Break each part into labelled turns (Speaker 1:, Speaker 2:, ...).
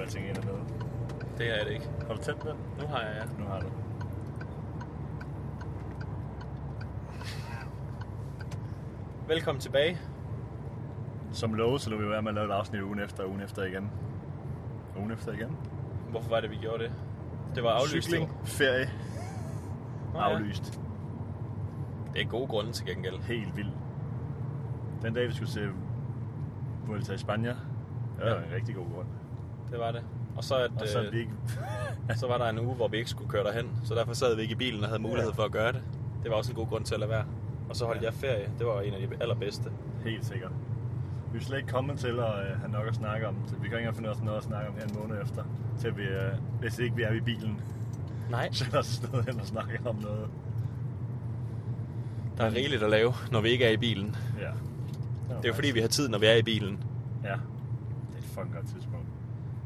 Speaker 1: alting ender med.
Speaker 2: Det er det ikke.
Speaker 1: Har du tændt den?
Speaker 2: Nu har jeg ja.
Speaker 1: Nu har du.
Speaker 2: Velkommen tilbage.
Speaker 1: Som lovet, så lå vi jo være med at lave et afsnit ugen efter, og ugen efter igen. Og ugen efter igen.
Speaker 2: Hvorfor var det, vi gjorde det? Det var aflyst.
Speaker 1: Cykling,
Speaker 2: jo.
Speaker 1: ferie,
Speaker 2: Nå ja.
Speaker 1: aflyst.
Speaker 2: Det er gode grunde til gengæld.
Speaker 1: Helt vildt. Den dag, vi skulle se Vuelta i Spanien, det var
Speaker 2: Ja.
Speaker 1: ja. en rigtig god grund.
Speaker 2: Det var det. Og så, at,
Speaker 1: Og så er
Speaker 2: øh,
Speaker 1: vi ikke...
Speaker 2: så var der en uge, hvor vi ikke skulle køre derhen. Så derfor sad vi ikke i bilen og havde mulighed
Speaker 1: Ja.
Speaker 2: for at gøre det. Det var også en god grund til at lade være. Og så holdt
Speaker 1: Ja.
Speaker 2: jeg ferie. Det var en af de allerbedste.
Speaker 1: Helt sikkert. Vi er slet ikke kommet til at øh, have nok at snakke om, så vi kan ikke engang finde os noget at snakke om her en måned efter, til vi, øh, hvis ikke vi er i bilen,
Speaker 2: Nej.
Speaker 1: sætter os et sted hen og snakker om noget.
Speaker 2: Der er rigeligt at lave, når vi ikke er i bilen.
Speaker 1: Ja.
Speaker 2: Det er jo fordi, vi har tid, når vi er i bilen.
Speaker 1: Ja, det er et fucking godt tidspunkt.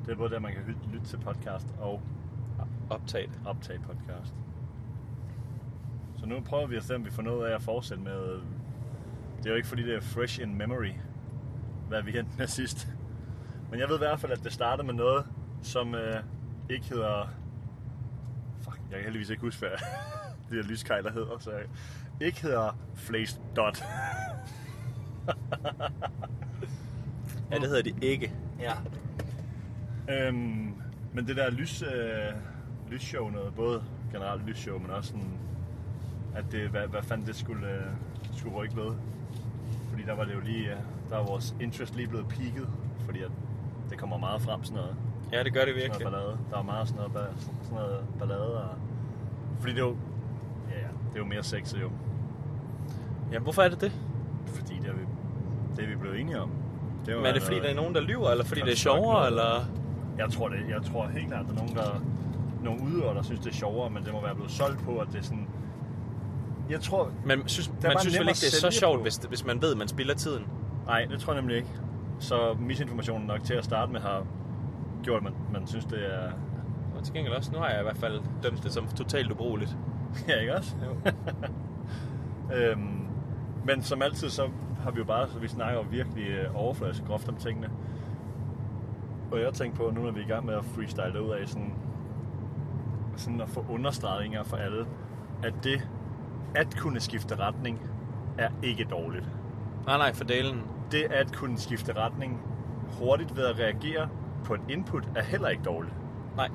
Speaker 1: Det er både der, man kan hy- lytte til podcast og
Speaker 2: Optaget.
Speaker 1: optage podcast. Så nu prøver vi at se, om vi får noget af at fortsætte med... øh, Det er jo ikke fordi, det er fresh in memory, hvad vi endte med sidst. Men jeg ved i hvert fald, at det startede med noget, som øh, ikke hedder... Fuck, jeg kan heldigvis ikke huske, hvad det her lyskejler hedder, så jeg... Ikke hedder Flaced Dot.
Speaker 2: Ja, det hedder det ikke.
Speaker 1: Ja. Øhm, men det der lys, øh, lysshow noget, både generelt lysshow, men også sådan, at det, hvad, hvad fanden det skulle, øh, skulle rykke ved. Fordi der var det jo lige, øh, der var vores interest lige blevet peaked, fordi at det kommer meget frem sådan noget.
Speaker 2: Ja, det gør det
Speaker 1: Sådan
Speaker 2: virkelig.
Speaker 1: noget ballade. Der var meget sådan noget, ba- sådan noget ballade. Og, fordi det er jo, ja, ja, det er jo mere sexet jo.
Speaker 2: Jamen, hvorfor er det det?
Speaker 1: Fordi det er vi, det er vi blevet enige om. Det
Speaker 2: Men er det fordi, der er nogen, der lyver, eller fordi det er sjovere, eller...
Speaker 1: Jeg tror, det, jeg tror helt klart, at der er nogen, der, nogle udøvere, der synes, det er sjovere, men det må være blevet solgt på, at det er sådan... Jeg tror...
Speaker 2: Men synes,
Speaker 1: bare
Speaker 2: man synes vel
Speaker 1: nemmere
Speaker 2: ikke, det er så
Speaker 1: at sælge
Speaker 2: sjovt,
Speaker 1: på.
Speaker 2: hvis, hvis man ved, at man spilder tiden.
Speaker 1: Nej, det tror jeg nemlig ikke. Så misinformationen nok til at starte med har gjort, at man, man synes, det er...
Speaker 2: Og til gengæld også, nu har jeg i hvert fald dømt det som totalt ubrugeligt.
Speaker 1: Ja, ikke også?
Speaker 2: Jo.
Speaker 1: Øhm, men som altid, så har vi jo bare... Så vi snakker jo virkelig øh, overfladisk groft om tingene. Og jeg tænkte på, nu når vi er i gang med at freestyle ud af sådan, sådan at få understregninger for alle, at det at kunne skifte retning er ikke dårligt.
Speaker 2: Nej, nej, for delen.
Speaker 1: Det at kunne skifte retning hurtigt ved at reagere på et input er heller ikke dårligt.
Speaker 2: Nej.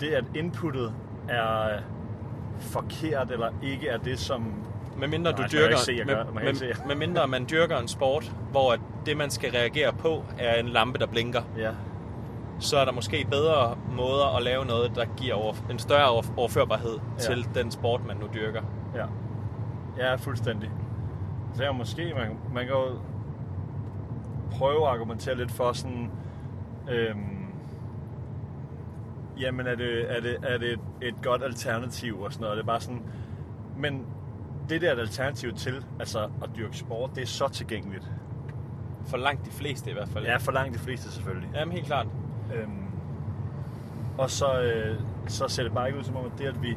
Speaker 1: Det at inputtet er forkert eller ikke er det, som...
Speaker 2: Med mindre du
Speaker 1: Nej, det må jeg
Speaker 2: dyrker...
Speaker 1: ikke se, jeg gør. Det må
Speaker 2: med,
Speaker 1: jeg ikke se.
Speaker 2: med, med mindre man dyrker en sport, hvor at det, man skal reagere på, er en lampe, der blinker,
Speaker 1: Ja,
Speaker 2: så er der måske bedre måder at lave noget, der giver over, en større over, overførbarhed ja.
Speaker 1: Ja.
Speaker 2: til den sport, man nu dyrker.
Speaker 1: ja. Ja, fuldstændig. Så er måske, man, man kan jo prøve at argumentere lidt for sådan... Øhm, jamen, er det, er det, er det et, et godt alternativ og sådan noget? Det er bare sådan... Men det der er et alternativ til, altså at dyrke sport, det er så tilgængeligt.
Speaker 2: For langt de fleste i hvert fald.
Speaker 1: Ja, for langt de fleste selvfølgelig.
Speaker 2: Jamen helt klart.
Speaker 1: Øhm, og så, øh, så ser det bare ikke ud som om, at det, at vi,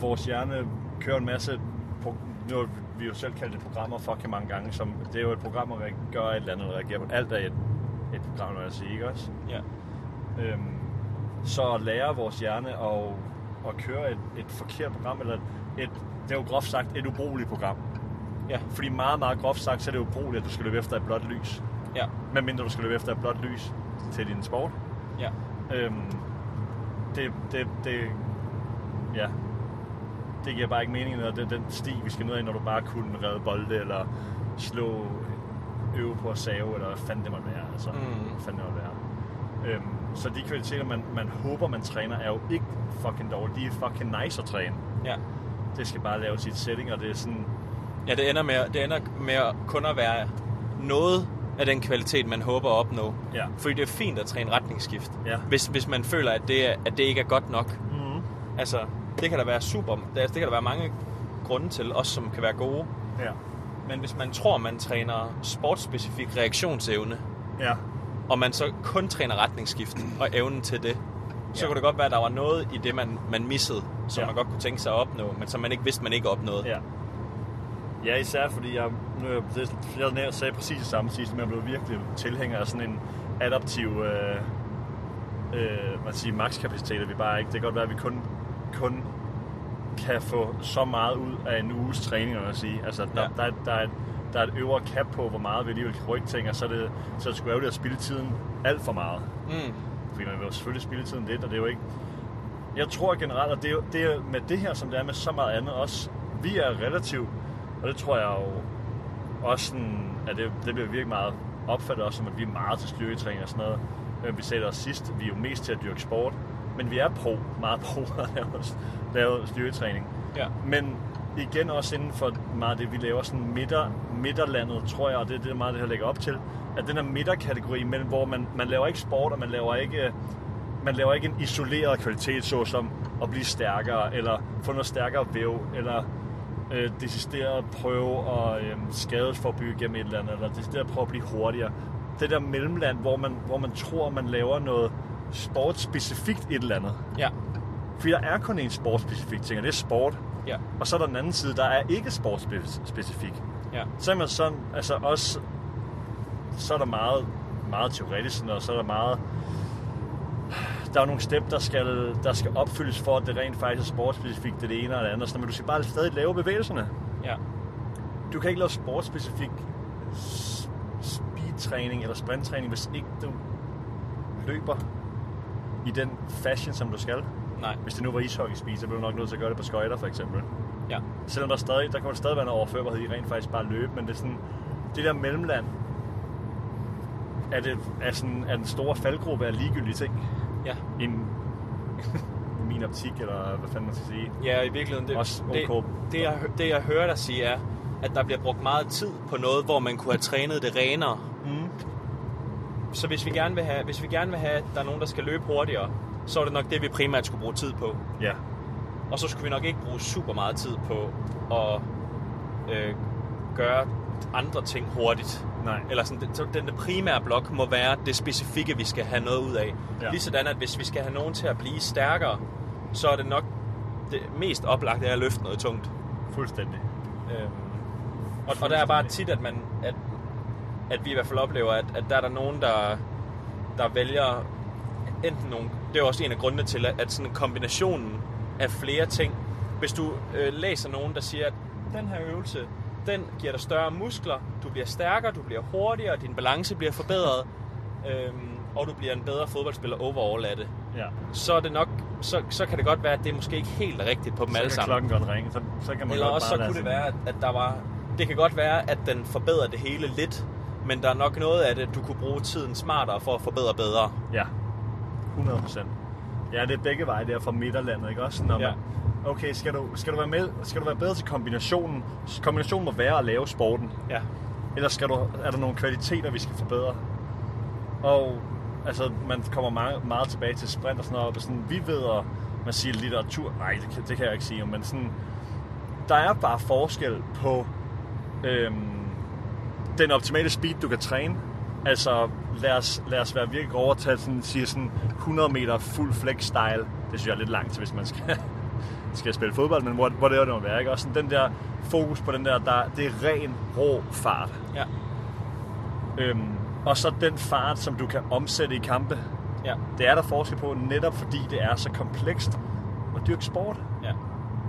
Speaker 1: vores hjerne kører en masse, pro- nu har vi jo selv kaldt det programmer fucking mange gange, som, det er jo et program, at reag- gøre et eller andet, reagere på alt er et, et program, når jeg siger, ikke også?
Speaker 2: Ja.
Speaker 1: Øhm, så at lære vores hjerne at, at køre et, et forkert program, eller et, det er jo groft sagt et ubrugeligt program.
Speaker 2: Ja.
Speaker 1: Fordi meget, meget groft sagt, så er det ubrugeligt, at du skal løbe efter et blåt lys.
Speaker 2: Ja.
Speaker 1: Medmindre du skal løbe efter et blåt lys til din sport.
Speaker 2: Ja.
Speaker 1: Øhm, det, det, det, ja, det giver bare ikke mening, når det er den sti, vi skal ned ad, når du bare kunne redde bolde, eller slå, øve på at save, eller hvad fanden det måtte være. Altså,
Speaker 2: Mm.
Speaker 1: mm. hvad fanden det måtte være. Øhm, så de kvaliteter, man, man håber, man træner, er jo ikke fucking dårlige. De er fucking nice at træne.
Speaker 2: Ja.
Speaker 1: Det skal bare laves i et setting, og det er sådan,
Speaker 2: Ja, det ender med, det ender med at kun at være noget af den kvalitet, man håber at opnå.
Speaker 1: ja.
Speaker 2: Fordi det er fint at træne retningsskift.
Speaker 1: Ja.
Speaker 2: Hvis, hvis man føler, at det, er, at det ikke er godt nok.
Speaker 1: Mm-hmm.
Speaker 2: Altså, det kan der være super, det, altså, det kan der være mange grunde til, også som kan være gode.
Speaker 1: Ja.
Speaker 2: Men hvis man tror, man træner sportsspecifik reaktionsevne,
Speaker 1: Ja.
Speaker 2: og man så kun træner retningsskift og evnen til det, så
Speaker 1: Ja.
Speaker 2: kunne det godt være, at der var noget i det, man, man missede, som
Speaker 1: Ja.
Speaker 2: man godt kunne tænke sig at opnå, men som man ikke vidste, man ikke opnåede.
Speaker 1: Ja. Ja, især fordi jeg, nu, er jeg- det, jeg nær- sagde præcis det samme sidst, men jeg blev virkelig tilhænger af sådan en adaptiv øh, øh, man sige, makskapaciteter vi bare ikke. Det kan godt være, at vi kun, kun kan få så meget ud af en uges træning, og sige. Altså, der,
Speaker 2: Ja.
Speaker 1: ja. der, er- der, er, et- der er et øvre cap på, hvor meget vi alligevel kan rykke ting, og så er det, så er det sgu ærgerligt at spille tiden alt for meget.
Speaker 2: Mm.
Speaker 1: Fordi man vil jo selvfølgelig spille tiden lidt, og det er jo ikke... Jeg tror generelt, at det er, jo- det er med det her, som det er med så meget andet også, vi er relativt, og det tror jeg jo også sådan, at det, det bliver virkelig meget opfattet også som, at vi er meget til styrketræning og sådan noget. Øh, Vi sagde det også sidst, vi er jo mest til at dyrke sport, men vi er pro, meget pro at lave, lave styrketræning.
Speaker 2: Ja.
Speaker 1: Men igen også inden for meget af det, vi laver sådan midter, midterlandet, tror jeg, og det er det meget, det her lægger op til, at den her midterkategori, men hvor man, man laver ikke sport, og man laver ikke, man laver ikke en isoleret kvalitet, såsom at blive stærkere, eller få noget stærkere væv, eller øh, decideret prøve at øh, skadesforbygge gennem et eller andet, eller decideret prøve at blive hurtigere. Det der mellemland, hvor man, hvor man tror, man laver noget sportspecifikt et eller andet.
Speaker 2: Ja.
Speaker 1: Fordi der er kun én sportspecifik ting, og det er sport.
Speaker 2: Ja.
Speaker 1: Og så er der den anden side, der er ikke sportsspecifik.
Speaker 2: Ja.
Speaker 1: Så er man sådan, altså også, så er der meget, meget teoretisk, og så er der meget, der er nogle step, der skal, der skal opfyldes for, at det rent faktisk er sportsspecifikt, det, er det ene og det andet. Så, men du skal bare stadig lave bevægelserne.
Speaker 2: Ja.
Speaker 1: Du kan ikke lave sportsspecifik s- speedtræning eller sprinttræning, hvis ikke du løber i den fashion, som du skal.
Speaker 2: Nej.
Speaker 1: Hvis det nu var ishockey-speed, så blev du nok nødt til at gøre det på skøjter, for eksempel.
Speaker 2: Ja.
Speaker 1: Selvom der stadig, der kan der stadig være noget overførbarhed i rent faktisk bare at løbe, men det er sådan, det der mellemland, er, det, er, sådan, er den store faldgruppe af ligegyldige ting
Speaker 2: Ja.
Speaker 1: i en- i min optik, eller hvad fanden man skal sige.
Speaker 2: Ja, i virkeligheden. Det,
Speaker 1: Også
Speaker 2: det,
Speaker 1: OK.
Speaker 2: det, jeg, hø- det, jeg hører dig sige, er, at der bliver brugt meget tid på noget, hvor man kunne have trænet det renere.
Speaker 1: Mm.
Speaker 2: Så hvis vi gerne vil have, hvis vi gerne vil have at der er nogen, der skal løbe hurtigere, så er det nok det, vi primært skulle bruge tid på.
Speaker 1: Ja,
Speaker 2: Og så skulle vi nok ikke bruge super meget tid på at øh, gøre andre ting hurtigt.
Speaker 1: nej.
Speaker 2: Eller sådan, den, så den der primære blok må være det specifikke, vi skal have noget ud af. Ja.
Speaker 1: Ja.
Speaker 2: Ligesådan, at hvis vi skal have nogen til at blive stærkere, så er det nok det mest oplagte er at løfte noget tungt.
Speaker 1: Fuldstændig.
Speaker 2: Øhm, og, og der er bare tit, at, man, at, at vi i hvert fald oplever, at, at der er der nogen, der, der vælger enten nogle... Det er jo også en af grundene til, at, at sådan kombinationen af flere ting... Hvis du øh, læser nogen, der siger, at den her øvelse, den giver dig større muskler, du bliver stærkere, du bliver hurtigere, din balance bliver forbedret, øhm, og du bliver en bedre fodboldspiller overall af det,
Speaker 1: Ja.
Speaker 2: så, er det nok, så, så kan det godt være, at det er måske ikke helt rigtigt på dem
Speaker 1: Så kan
Speaker 2: alle sammen.
Speaker 1: klokken godt ringe, så, så kan man
Speaker 2: Eller
Speaker 1: godt
Speaker 2: også så
Speaker 1: bare lade
Speaker 2: kunne
Speaker 1: sig-
Speaker 2: det være, at at der var... Det kan godt være, at den forbedrer det hele lidt, men der er nok noget af det, du kunne bruge tiden smartere for at forbedre bedre.
Speaker 1: Ja, 100 procent. Ja, det er begge veje der fra midterlandet, ikke også? Når man,
Speaker 2: Ja.
Speaker 1: ja. Okay, skal du, skal, du være med, skal du være bedre til kombinationen? Kombinationen må være at lave sporten.
Speaker 2: Ja.
Speaker 1: Eller skal du, er der nogle kvaliteter, vi skal forbedre? Og altså, man kommer meget, meget tilbage til sprint og sådan noget, og sådan, vi ved, og man siger litteratur, nej, det kan, det kan jeg ikke sige, men sådan, der er bare forskel på øhm, den optimale speed, du kan træne. Altså, lad os, lad os være virkelig over til at sådan, sige sådan 100 meter fuld flex style. Det synes jeg er lidt langt til, hvis man skal, skal spille fodbold, men hvor, hvor det er, det må være, ikke? Og sådan den der fokus på den der, der det er ren, rå fart.
Speaker 2: Ja.
Speaker 1: Øhm, og så den fart, som du kan omsætte i kampe.
Speaker 2: Ja.
Speaker 1: Det er der forskel på, netop fordi det er så komplekst at dyrke sport.
Speaker 2: ja.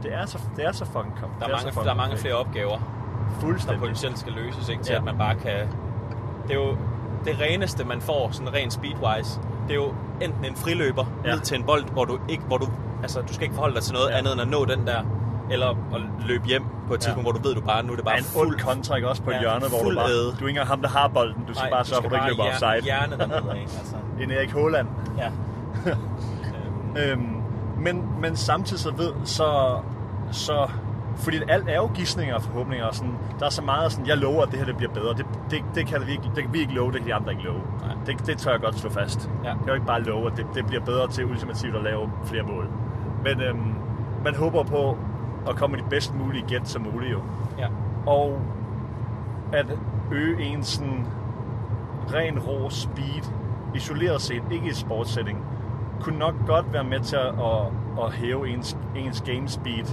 Speaker 1: Det er så, det er så fucking kom. det
Speaker 2: Der, er mange,
Speaker 1: så fucking
Speaker 2: der er mange
Speaker 1: komplekst.
Speaker 2: flere opgaver, der
Speaker 1: Fuldstændig.
Speaker 2: potentielt skal løses, ikke? Til
Speaker 1: Ja.
Speaker 2: at man bare kan... Det er jo det reneste, man får, sådan rent speedwise, det er jo enten en friløber ja.
Speaker 1: Ja.
Speaker 2: ned til en bold, hvor du ikke... Hvor du, altså, du skal ikke forholde dig til noget ja.
Speaker 1: Ja.
Speaker 2: andet end at nå den der, eller at løbe hjem på
Speaker 1: Ja.
Speaker 2: et tidspunkt, ja. hvor du ved, du bare nu er det
Speaker 1: Der
Speaker 2: bare
Speaker 1: er en ond kontra ikke også på
Speaker 2: Ja,
Speaker 1: ja, hjørnet, hvor
Speaker 2: fuld
Speaker 1: du bare...
Speaker 2: æde.
Speaker 1: Du er ikke engang ham, der har bolden. Du skal
Speaker 2: Nej,
Speaker 1: bare sørge for, at du ikke
Speaker 2: skal
Speaker 1: løber
Speaker 2: bare
Speaker 1: offside.
Speaker 2: hjer- Hjerne dernede, ikke? Altså.
Speaker 1: en Erik Håland.
Speaker 2: Ja.
Speaker 1: Øhm, men, men samtidig så ved, så, så fordi alt er jo gissninger og forhåbninger, og sådan, der er så meget sådan, jeg lover, at det her det bliver bedre. Det, det, det, kan vi ikke, det kan vi ikke love, det kan de andre ikke love.
Speaker 2: Nej.
Speaker 1: Det, det tør jeg godt slå fast.
Speaker 2: Ja.
Speaker 1: Jeg kan jo ikke bare love, at det, det bliver bedre til ultimativt at lave flere mål. Men øhm, man håber på at komme med de bedst mulige gæt som muligt jo.
Speaker 2: Øh, ja.
Speaker 1: Og at øge en sådan ren rå speed, isoleret set, ikke i sportssetting, kunne nok godt være med til at, at, at hæve ens, ens game speed.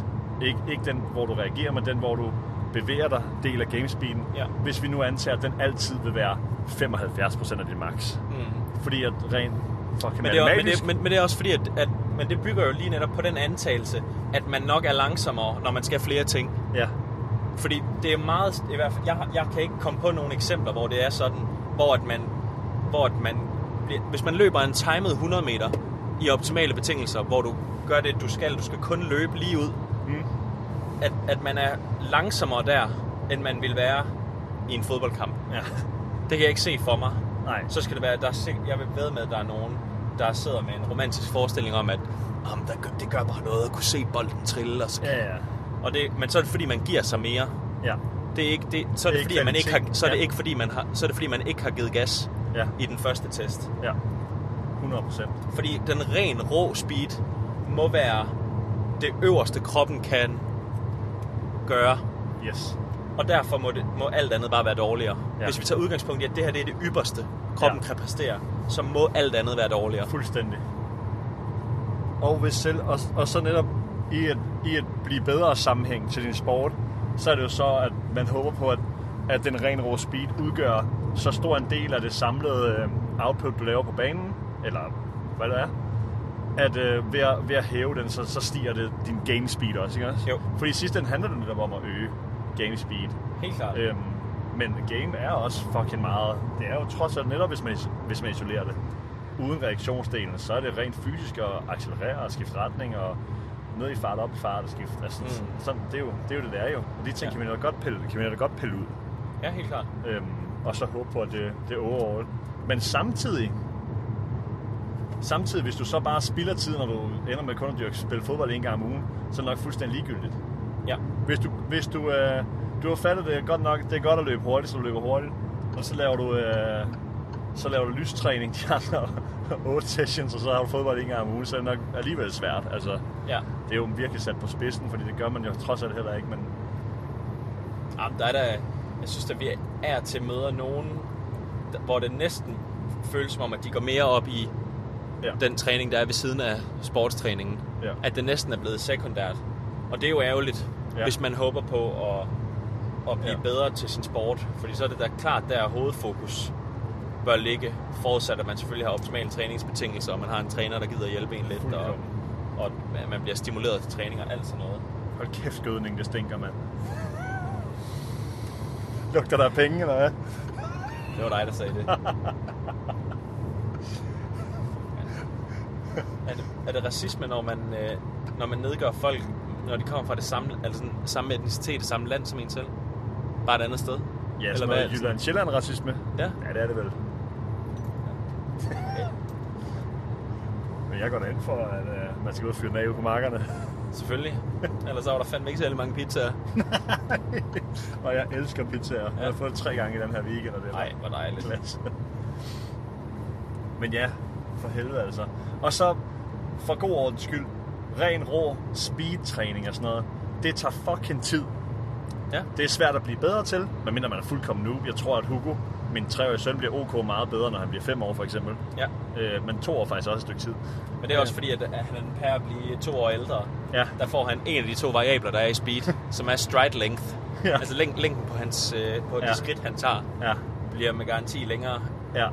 Speaker 1: Ikke, ikke den, hvor du reagerer, men den, hvor du bevæger dig, del af gamespeeden.
Speaker 2: Ja.
Speaker 1: Hvis vi nu antager, at den altid vil være 75% af din max.
Speaker 2: Mm.
Speaker 1: Fordi at rent Fucking
Speaker 2: Men det, er, men, det, men, men det er også fordi, at, at men det bygger jo lige netop på den antagelse, at man nok er langsommere, når man skal flere ting.
Speaker 1: Ja.
Speaker 2: Fordi det er meget, i hvert fald, jeg, har- jeg kan ikke komme på nogle eksempler, hvor det er sådan, hvor at man, hvor at man bliver, hvis man løber en timet 100 meter i optimale betingelser, hvor du gør det, du skal, du skal kun løbe lige ud,
Speaker 1: Mm.
Speaker 2: at, at man er langsommere der, end man vil være i en fodboldkamp.
Speaker 1: Ja.
Speaker 2: Det kan jeg ikke se for mig.
Speaker 1: Nej.
Speaker 2: Så skal det være, at der er, sik- jeg vil ved med, at der er nogen, der sidder med en romantisk forestilling om, at om der gør, det gør bare noget at kunne se bolden trille. Og så.
Speaker 1: Ja, ja.
Speaker 2: Og det, men så er det fordi, man giver sig mere.
Speaker 1: Ja.
Speaker 2: Det er ikke, det, så er det,
Speaker 1: Det er
Speaker 2: fordi, at man ikke har,
Speaker 1: kvalitet.
Speaker 2: så er det
Speaker 1: Ja.
Speaker 2: ikke fordi, man har, så er det fordi, man ikke har givet gas
Speaker 1: Ja.
Speaker 2: i den første test.
Speaker 1: Ja. 100 procent.
Speaker 2: Fordi den ren rå speed må være det øverste kroppen kan gøre.
Speaker 1: Yes.
Speaker 2: Og derfor må, det, må alt andet bare være dårligere. Ja.
Speaker 1: Ja.
Speaker 2: Hvis vi tager udgangspunkt i, at det her det er det ypperste, kroppen ja.
Speaker 1: Ja.
Speaker 2: kan præstere, så må alt andet være dårligere.
Speaker 1: Fuldstændig. Og, hvis selv, og, og så netop i at, i at blive bedre sammenhæng til din sport, så er det jo så, at man håber på, at, at den ren rå speed udgør så stor en del af det samlede øh, output, du laver på banen, eller hvad det er, at øh, ved, at, ved at hæve den, så, så stiger det din game speed også, ikke også?
Speaker 2: Jo.
Speaker 1: Fordi i sidste ende handler det netop om at øge game speed.
Speaker 2: Helt klart.
Speaker 1: Øhm, men game er også fucking meget. Det er jo trods alt netop, hvis man, hvis man isolerer det. Uden reaktionsdelen, så er det rent fysisk at accelerere og skifte retning og ned i fart, op i fart og skifte. Altså,
Speaker 2: Mm.
Speaker 1: mm. sådan, det, er jo, det er jo det, der er jo. Og de ting
Speaker 2: Ja.
Speaker 1: ja. kan man da godt pille, kan man da godt pille ud.
Speaker 2: Ja, helt klart.
Speaker 1: Øhm, og så håbe på, at det, det er overall. Men samtidig, samtidig, hvis du så bare spilder tid, når du ender med kun at dyrke, spille fodbold en gang om ugen, så er det nok fuldstændig ligegyldigt.
Speaker 2: Ja.
Speaker 1: Hvis du, hvis du, øh, du har fattet det godt nok, det er godt at løbe hurtigt, så du løber hurtigt. Og så laver du, øh, så laver du lystræning de andre 8 sessions, og så har du fodbold en gang om ugen, så er det nok alligevel svært. Altså,
Speaker 2: Ja.
Speaker 1: det er jo virkelig sat på spidsen, fordi det gør man jo trods alt heller ikke, men
Speaker 2: Jamen, der er der, jeg synes, at vi er til møder nogen, der- hvor det næsten føles som om, at de går mere op i
Speaker 1: ja.
Speaker 2: den træning, der er ved siden af sportstræningen.
Speaker 1: Ja.
Speaker 2: At det næsten er blevet sekundært. Og det er jo ærgerligt, ja.
Speaker 1: Ja.
Speaker 2: hvis man håber på at, at blive ja.
Speaker 1: Ja.
Speaker 2: bedre til sin sport. Fordi så er det da klart, der hovedfokus bør ligge, forudsat at man selvfølgelig har optimale træningsbetingelser, og man har en træner, der gider hjælpe en lidt, og,
Speaker 1: Fuldkommen.
Speaker 2: og at man bliver stimuleret til træning og alt sådan noget.
Speaker 1: Hold kæft, gødning, det stinker, mand. Lugter der af penge, eller hvad?
Speaker 2: Det var dig, der sagde det. er, det er det racisme, når man, øh, når man nedgør folk, når de kommer fra det samme, altså sådan, samme etnicitet, det samme land som en selv? Bare et andet sted?
Speaker 1: Ja, sådan noget
Speaker 2: hvad?
Speaker 1: Jylland Sjælland racisme.
Speaker 2: Ja.
Speaker 1: ja, det er det vel.
Speaker 2: Ja,
Speaker 1: Men jeg går da ind for, at øh, man skal ud og fyre den af ude på markerne.
Speaker 2: selvfølgelig. Ellers så var der fandme ikke særlig mange pizzaer.
Speaker 1: og jeg elsker pizzaer. Ja. Jeg
Speaker 2: Ja.
Speaker 1: har fået det tre gange i den her weekend, og det er
Speaker 2: Nej, hvor dejligt.
Speaker 1: klasse. Men ja, for helvede altså. Og så, for god ordens skyld, ren rå speedtræning og sådan noget, det tager fucking tid.
Speaker 2: Ja.
Speaker 1: Det er svært at blive bedre til, medmindre man er fuldkommen noob. Jeg tror, at Hugo, min treårige søn, bliver ok meget bedre, når han bliver fem år for eksempel.
Speaker 2: ja.
Speaker 1: Øh, men to år er faktisk også et stykke tid. Øh,
Speaker 2: Men det er også fordi, at at han er en pær at blive to år ældre.
Speaker 1: Ja.
Speaker 2: Der får han en af de to variabler, der er i speed, som er stride length.
Speaker 1: Ja.
Speaker 2: Altså læng- længden på, hans, øh, på ja.
Speaker 1: Ja.
Speaker 2: de skridt, han tager,
Speaker 1: Ja,
Speaker 2: bliver med garanti længere
Speaker 1: ja,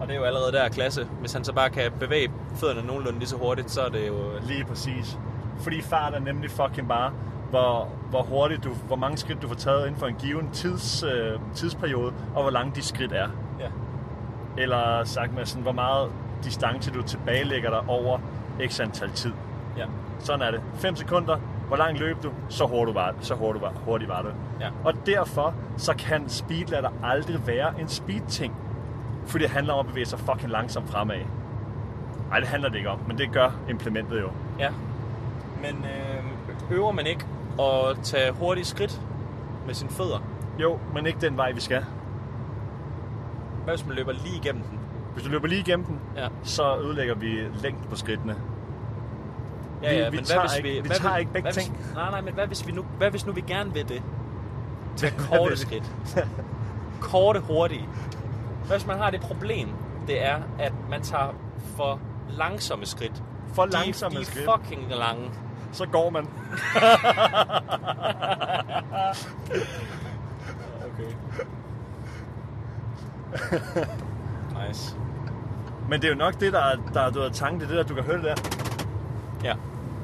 Speaker 2: Og det er jo allerede der klasse. Hvis han så bare kan bevæge fødderne nogenlunde lige så hurtigt, så er det jo...
Speaker 1: lige præcis. Fordi fart er nemlig fucking bare, hvor, hvor hurtigt du, hvor mange skridt du får taget inden for en given tids, øh, tidsperiode, og hvor lange de skridt er.
Speaker 2: Ja.
Speaker 1: eller sagt med sådan, hvor meget distance du tilbagelægger dig over x antal tid.
Speaker 2: Ja.
Speaker 1: Sådan er det. 5 sekunder, hvor langt løb du, så hurtigt var, så hurtigt var, hurtigt var det.
Speaker 2: Ja.
Speaker 1: Og derfor, så kan speedladder aldrig være en speed-ting. Fordi det handler om at bevæge sig fucking langsomt fremad. Nej, det handler det ikke om, men det gør implementet jo.
Speaker 2: ja. Men øh, øver man ikke at tage hurtige skridt med sine fødder?
Speaker 1: Jo, men ikke den vej, vi skal.
Speaker 2: Hvad hvis man løber lige igennem den?
Speaker 1: Hvis du løber lige igennem den,
Speaker 2: Ja,
Speaker 1: så ødelægger vi længden på skridtene.
Speaker 2: ja,
Speaker 1: Vi-
Speaker 2: ja
Speaker 1: vi
Speaker 2: men
Speaker 1: tager
Speaker 2: hvad hvis vi...
Speaker 1: ikke- vi
Speaker 2: hvad
Speaker 1: tager
Speaker 2: hvis-
Speaker 1: ikke begge
Speaker 2: hvad hvis-
Speaker 1: ting.
Speaker 2: Nej, nej, men hvad hvis vi nu, hvad hvis nu vi gerne vil det?
Speaker 1: Tag
Speaker 2: Korte skridt. Korte, hurtige. Hvad hvis man har det problem, det er, at man tager for langsomme skridt.
Speaker 1: For
Speaker 2: De-
Speaker 1: langsomme
Speaker 2: de,
Speaker 1: skridt.
Speaker 2: De fucking lange.
Speaker 1: Så går man.
Speaker 2: Okay. nice.
Speaker 1: Men det er jo nok det, der er, der er, du ved, tanken. Det er det, der, du kan høre det der.
Speaker 2: Ja.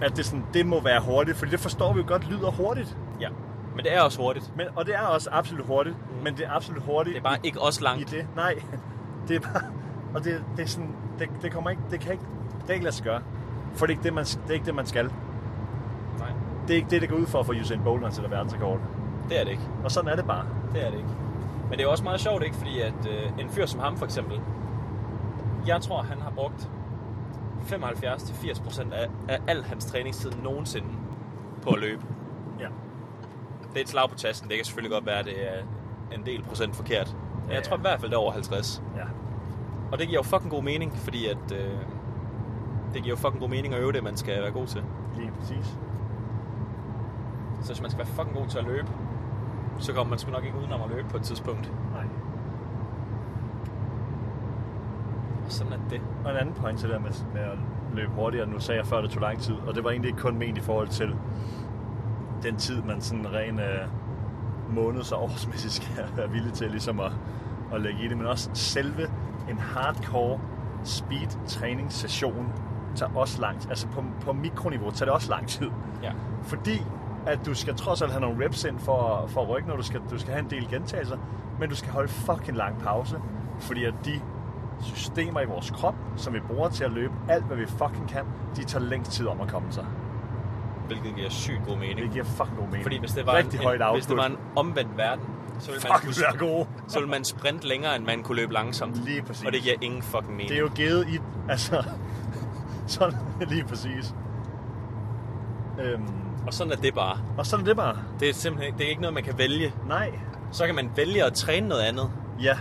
Speaker 1: At det, er sådan, det må være hurtigt. Fordi det forstår vi jo godt lyder hurtigt.
Speaker 2: ja. Men det er også hurtigt.
Speaker 1: Men, og det er også absolut hurtigt. Mm. Men det er absolut hurtigt
Speaker 2: Det er bare ikke også
Speaker 1: i
Speaker 2: langt.
Speaker 1: det. Nej, det er bare... Og det, det er sådan... Det, det kommer ikke... Det kan ikke... Det kan ikke lade sig gøre. For det er ikke det, man, det er ikke det, man skal.
Speaker 2: Nej,
Speaker 1: Det er ikke det, det går ud for at få Usain Bolt, når han sætter verdensrekord.
Speaker 2: det er det ikke.
Speaker 1: Og sådan er det bare.
Speaker 2: Det er det ikke. Men det er jo også meget sjovt, ikke? Fordi at øh, en fyr som ham for eksempel, jeg tror, han har brugt 75-80% af, af al hans træningstid nogensinde på at løbe.
Speaker 1: Ja.
Speaker 2: Det er et slag på tasken. Det kan selvfølgelig godt være, at det er en del procent forkert. Men
Speaker 1: Ja,
Speaker 2: jeg tror
Speaker 1: ja.
Speaker 2: i hvert fald, det er over 50.
Speaker 1: Ja.
Speaker 2: Og det giver jo fucking god mening, fordi at... Øh, det giver jo fucking god mening at øve det, man skal være god til.
Speaker 1: Lige præcis.
Speaker 2: Så hvis man skal være fucking god til at løbe, så kommer man sgu nok ikke udenom at løbe på et tidspunkt.
Speaker 1: Nej.
Speaker 2: Og sådan er det.
Speaker 1: Og en anden point til det der med, med at løbe hurtigere, nu sagde jeg før, det tog lang tid, og det var egentlig ikke kun ment i forhold til den tid, man sådan ren øh, måneds- og årsmæssigt skal være villig til ligesom at, at lægge i det, men også selve en hardcore speed træning session tager også lang tid. Altså på, på mikroniveau tager det også lang tid.
Speaker 2: Ja.
Speaker 1: Fordi at du skal trods alt have nogle reps ind for, for at rykke, når du skal, du skal have en del gentagelser, men du skal holde fucking lang pause, fordi at de systemer i vores krop, som vi bruger til at løbe alt, hvad vi fucking kan, de tager længst tid om at komme sig.
Speaker 2: Hvilket giver sygt god mening.
Speaker 1: Det giver fucking god mening.
Speaker 2: Fordi hvis det var,
Speaker 1: Rigtig
Speaker 2: en,
Speaker 1: højt
Speaker 2: en,
Speaker 1: output.
Speaker 2: hvis det var en omvendt verden, så ville, man
Speaker 1: Fuck, vi er
Speaker 2: kunne,
Speaker 1: gode.
Speaker 2: så ville man sprinte længere, end man kunne løbe langsomt.
Speaker 1: Lige præcis.
Speaker 2: Og det giver ingen fucking mening.
Speaker 1: Det er jo givet i... Altså... sådan lige præcis. Øhm,
Speaker 2: Og sådan er det bare.
Speaker 1: og sådan er det bare.
Speaker 2: Det er simpelthen ikke- det er ikke noget, man kan vælge.
Speaker 1: Nej.
Speaker 2: Så kan man vælge at træne noget andet.
Speaker 1: Ja.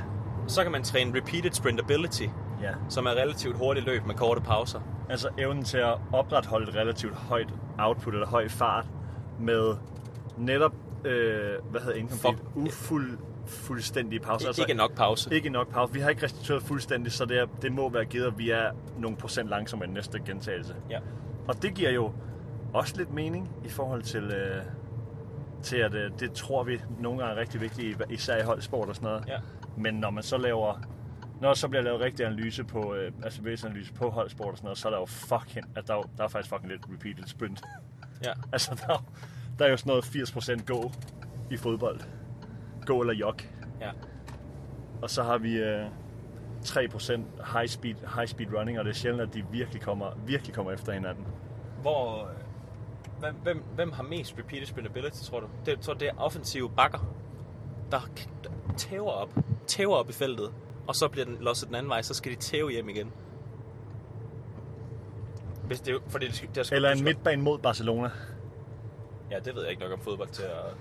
Speaker 2: Så kan man træne repeated sprintability,
Speaker 1: Ja.
Speaker 2: som er relativt hurtigt løb med korte pauser.
Speaker 1: Altså evnen til at opretholde et relativt højt output eller høj fart med netop, øh, hvad hedder incomplete,
Speaker 2: Fuck.
Speaker 1: ufuld, fuldstændige pauser.
Speaker 2: Altså, ikke nok pause.
Speaker 1: Ikke nok pause. Vi har ikke restitueret fuldstændig, så det, er, det må være givet, at vi er nogle procent langsommere end næste gentagelse.
Speaker 2: Ja.
Speaker 1: Og det giver jo også lidt mening i forhold til, øh, til at øh, det tror vi nogle gange er rigtig vigtigt, i- især i holdsport og sådan noget.
Speaker 2: Ja.
Speaker 1: Men når man så laver når der så bliver lavet rigtig analyse på, øh, altså væsentanalyse på holdsport og sådan noget, så er der jo fucking, at der, er jo- der er faktisk fucking lidt repeated sprint.
Speaker 2: Ja.
Speaker 1: Altså, der, er jo- der er jo sådan noget 80% gå i fodbold. Gå eller jog.
Speaker 2: ja.
Speaker 1: Og så har vi øh, 3% high speed, high speed running, og det er sjældent, at de virkelig kommer, virkelig kommer efter hinanden.
Speaker 2: Hvor... øh, Hvem, hvem, hvem har mest repeated sprintability, tror du? Det, jeg tror, det er offensive bakker, der k- der tæver op, tæver op i feltet, og så bliver den losset den anden vej, så skal de tæve hjem igen. Hvis det, er jo- for det, det er,
Speaker 1: Eller en midtbane mod Barcelona.
Speaker 2: Ja, det ved jeg ikke nok om fodbold til at...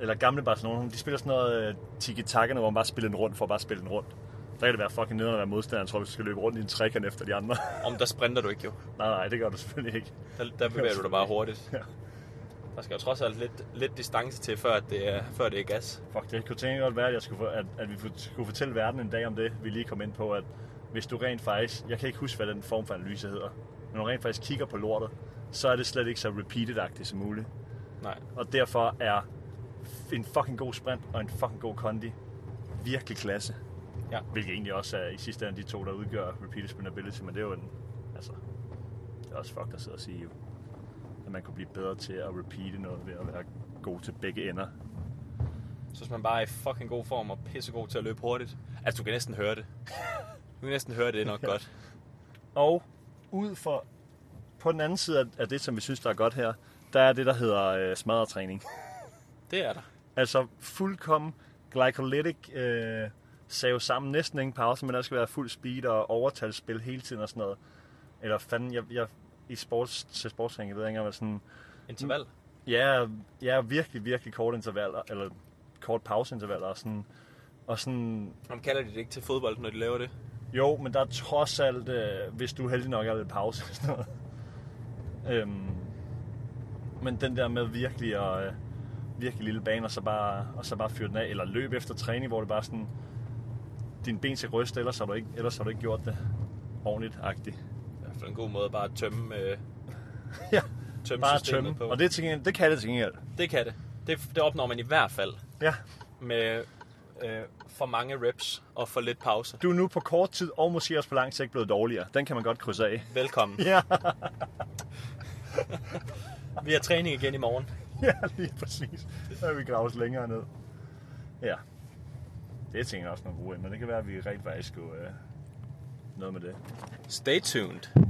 Speaker 1: Eller gamle Barcelona. De spiller sådan noget øh, tiki-taka, hvor man bare spiller den rundt for at bare spille den rundt. Der kan det være fucking nederen at være modstanderen, tror jeg, hvis du skal løbe rundt i en trekant efter de andre.
Speaker 2: Om der sprinter du ikke jo.
Speaker 1: nej, nej, det gør du selvfølgelig ikke.
Speaker 2: Der, der bevæger du dig bare hurtigt.
Speaker 1: Ja.
Speaker 2: Der skal jo trods alt lidt, lidt distance til, før, at det, er, før det er gas.
Speaker 1: Fuck, det kunne tænke godt være, at, jeg skulle for, at, at vi fu- skulle fortælle verden en dag om det, vi lige kom ind på, at hvis du rent faktisk, jeg kan ikke huske, hvad den form for analyse hedder, men når du rent faktisk kigger på lortet, så er det slet ikke så repeated-agtigt som muligt.
Speaker 2: Nej.
Speaker 1: Og derfor er f- en fucking god sprint og en fucking god kondi virkelig klasse.
Speaker 2: Ja.
Speaker 1: Hvilket egentlig også er i sidste ende de to, der udgør repeated spinability, men det er jo en, altså, det er også fuck, der sidder og siger jo, at man kunne blive bedre til at repeate noget ved at være god til begge ender.
Speaker 2: Så hvis man bare er i fucking god form og pissegod til at løbe hurtigt. Altså, du kan næsten høre det. Du kan næsten høre det, det er nok
Speaker 1: Ja.
Speaker 2: godt.
Speaker 1: Og ud for, på den anden side af- af det, som vi synes, der er godt her, der er det, der hedder øh, smadretræning.
Speaker 2: Det er der.
Speaker 1: Altså fuldkommen glycolytic, øh, save sammen næsten ingen pause, men der skal være fuld speed og overtalsspil hele tiden og sådan noget. Eller fanden, jeg, jeg i sports, til sportstræning, jeg ved ikke engang, hvad sådan...
Speaker 2: Interval.
Speaker 1: Ja, ja, virkelig, virkelig korte intervaller, eller kort pauseintervaller og sådan... Og sådan,
Speaker 2: Man kalder de det ikke til fodbold, når de laver det.
Speaker 1: jo, men der er trods alt, øh, hvis du er heldig nok, er lidt pause. og Sådan noget. Øhm, men den der med virkelig at øh, virkelig lille bane, og så bare, og så bare fyre den af, eller løb efter træning, hvor det bare sådan, din ben skal ryste, ellers har du ikke, ellers har du ikke gjort det ordentligt-agtigt.
Speaker 2: Det er i hvert fald en god måde at bare tømme, øh,
Speaker 1: ja,
Speaker 2: tømme
Speaker 1: bare
Speaker 2: systemet
Speaker 1: tømme.
Speaker 2: på.
Speaker 1: Og det, er til gengæld, det kan det til gengæld.
Speaker 2: det kan det. det. Det opnår man i hvert fald
Speaker 1: Ja,
Speaker 2: med øh, for mange reps og for lidt pause.
Speaker 1: Du er nu på kort tid, og måske også på lang sigt, blevet dårligere. Den kan man godt krydse af.
Speaker 2: Velkommen.
Speaker 1: Ja,
Speaker 2: Vi har træning igen i morgen.
Speaker 1: ja lige præcis. Så vil vi graves længere ned. Ja. Det er ting også nogle gode emner. Det kan være, at vi rent faktisk skulle øh, noget med det.
Speaker 2: Stay tuned.